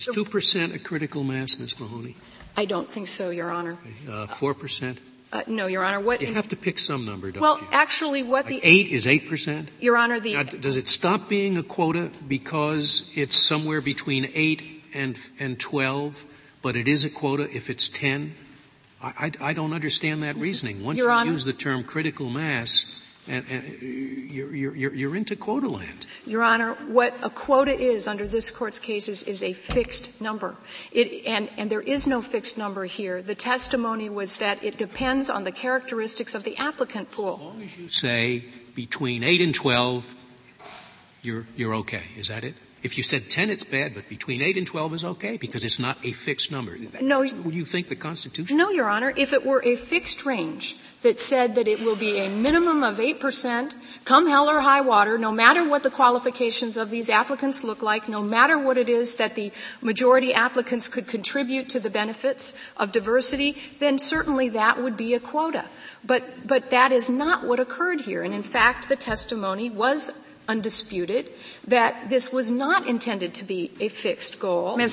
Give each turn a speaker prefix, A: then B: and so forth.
A: Is 2% a critical mass, Ms. Mahoney?
B: I don't think so, Your Honor.
A: Uh, 4%?
B: Uh, no, Your Honor. What?
A: You have to pick some number, don't
B: well,
A: you?
B: actually, what
A: Like
B: the
A: 8 is 8%?
B: Your Honor the
A: Now, d- does it stop being a quota because it's somewhere between 8 and, and 12, but it is a quota if it's 10? I, I, I don't understand that reasoning. Once
B: Mm-hmm. Your
A: you
B: Honor-
A: use the term critical mass, and, and uh, you're, you're, you're- you're into quota land.
B: Your Honor, what a quota is under this court's cases is a fixed number. It, and, and there is no fixed number here. The testimony was that it depends on the characteristics of the applicant
A: As
B: pool.
A: long as you say between 8 and 12, you're, you're okay. Is that it? If you said 10, it's bad, but between 8 and 12 is okay because it's not a fixed number. That-
B: No.
A: Would you think the Constitution?
B: No, Your Honor, if it were a fixed range that said that it will be a minimum of 8%, come hell or high water, no matter what the qualifications of these applicants look like, no matter what it is that the majority applicants could contribute to the benefits of diversity, then certainly that would be a quota. But, but that is not what occurred here. And in fact, the testimony was undisputed that this was not intended to be a fixed goal.
C: Ms.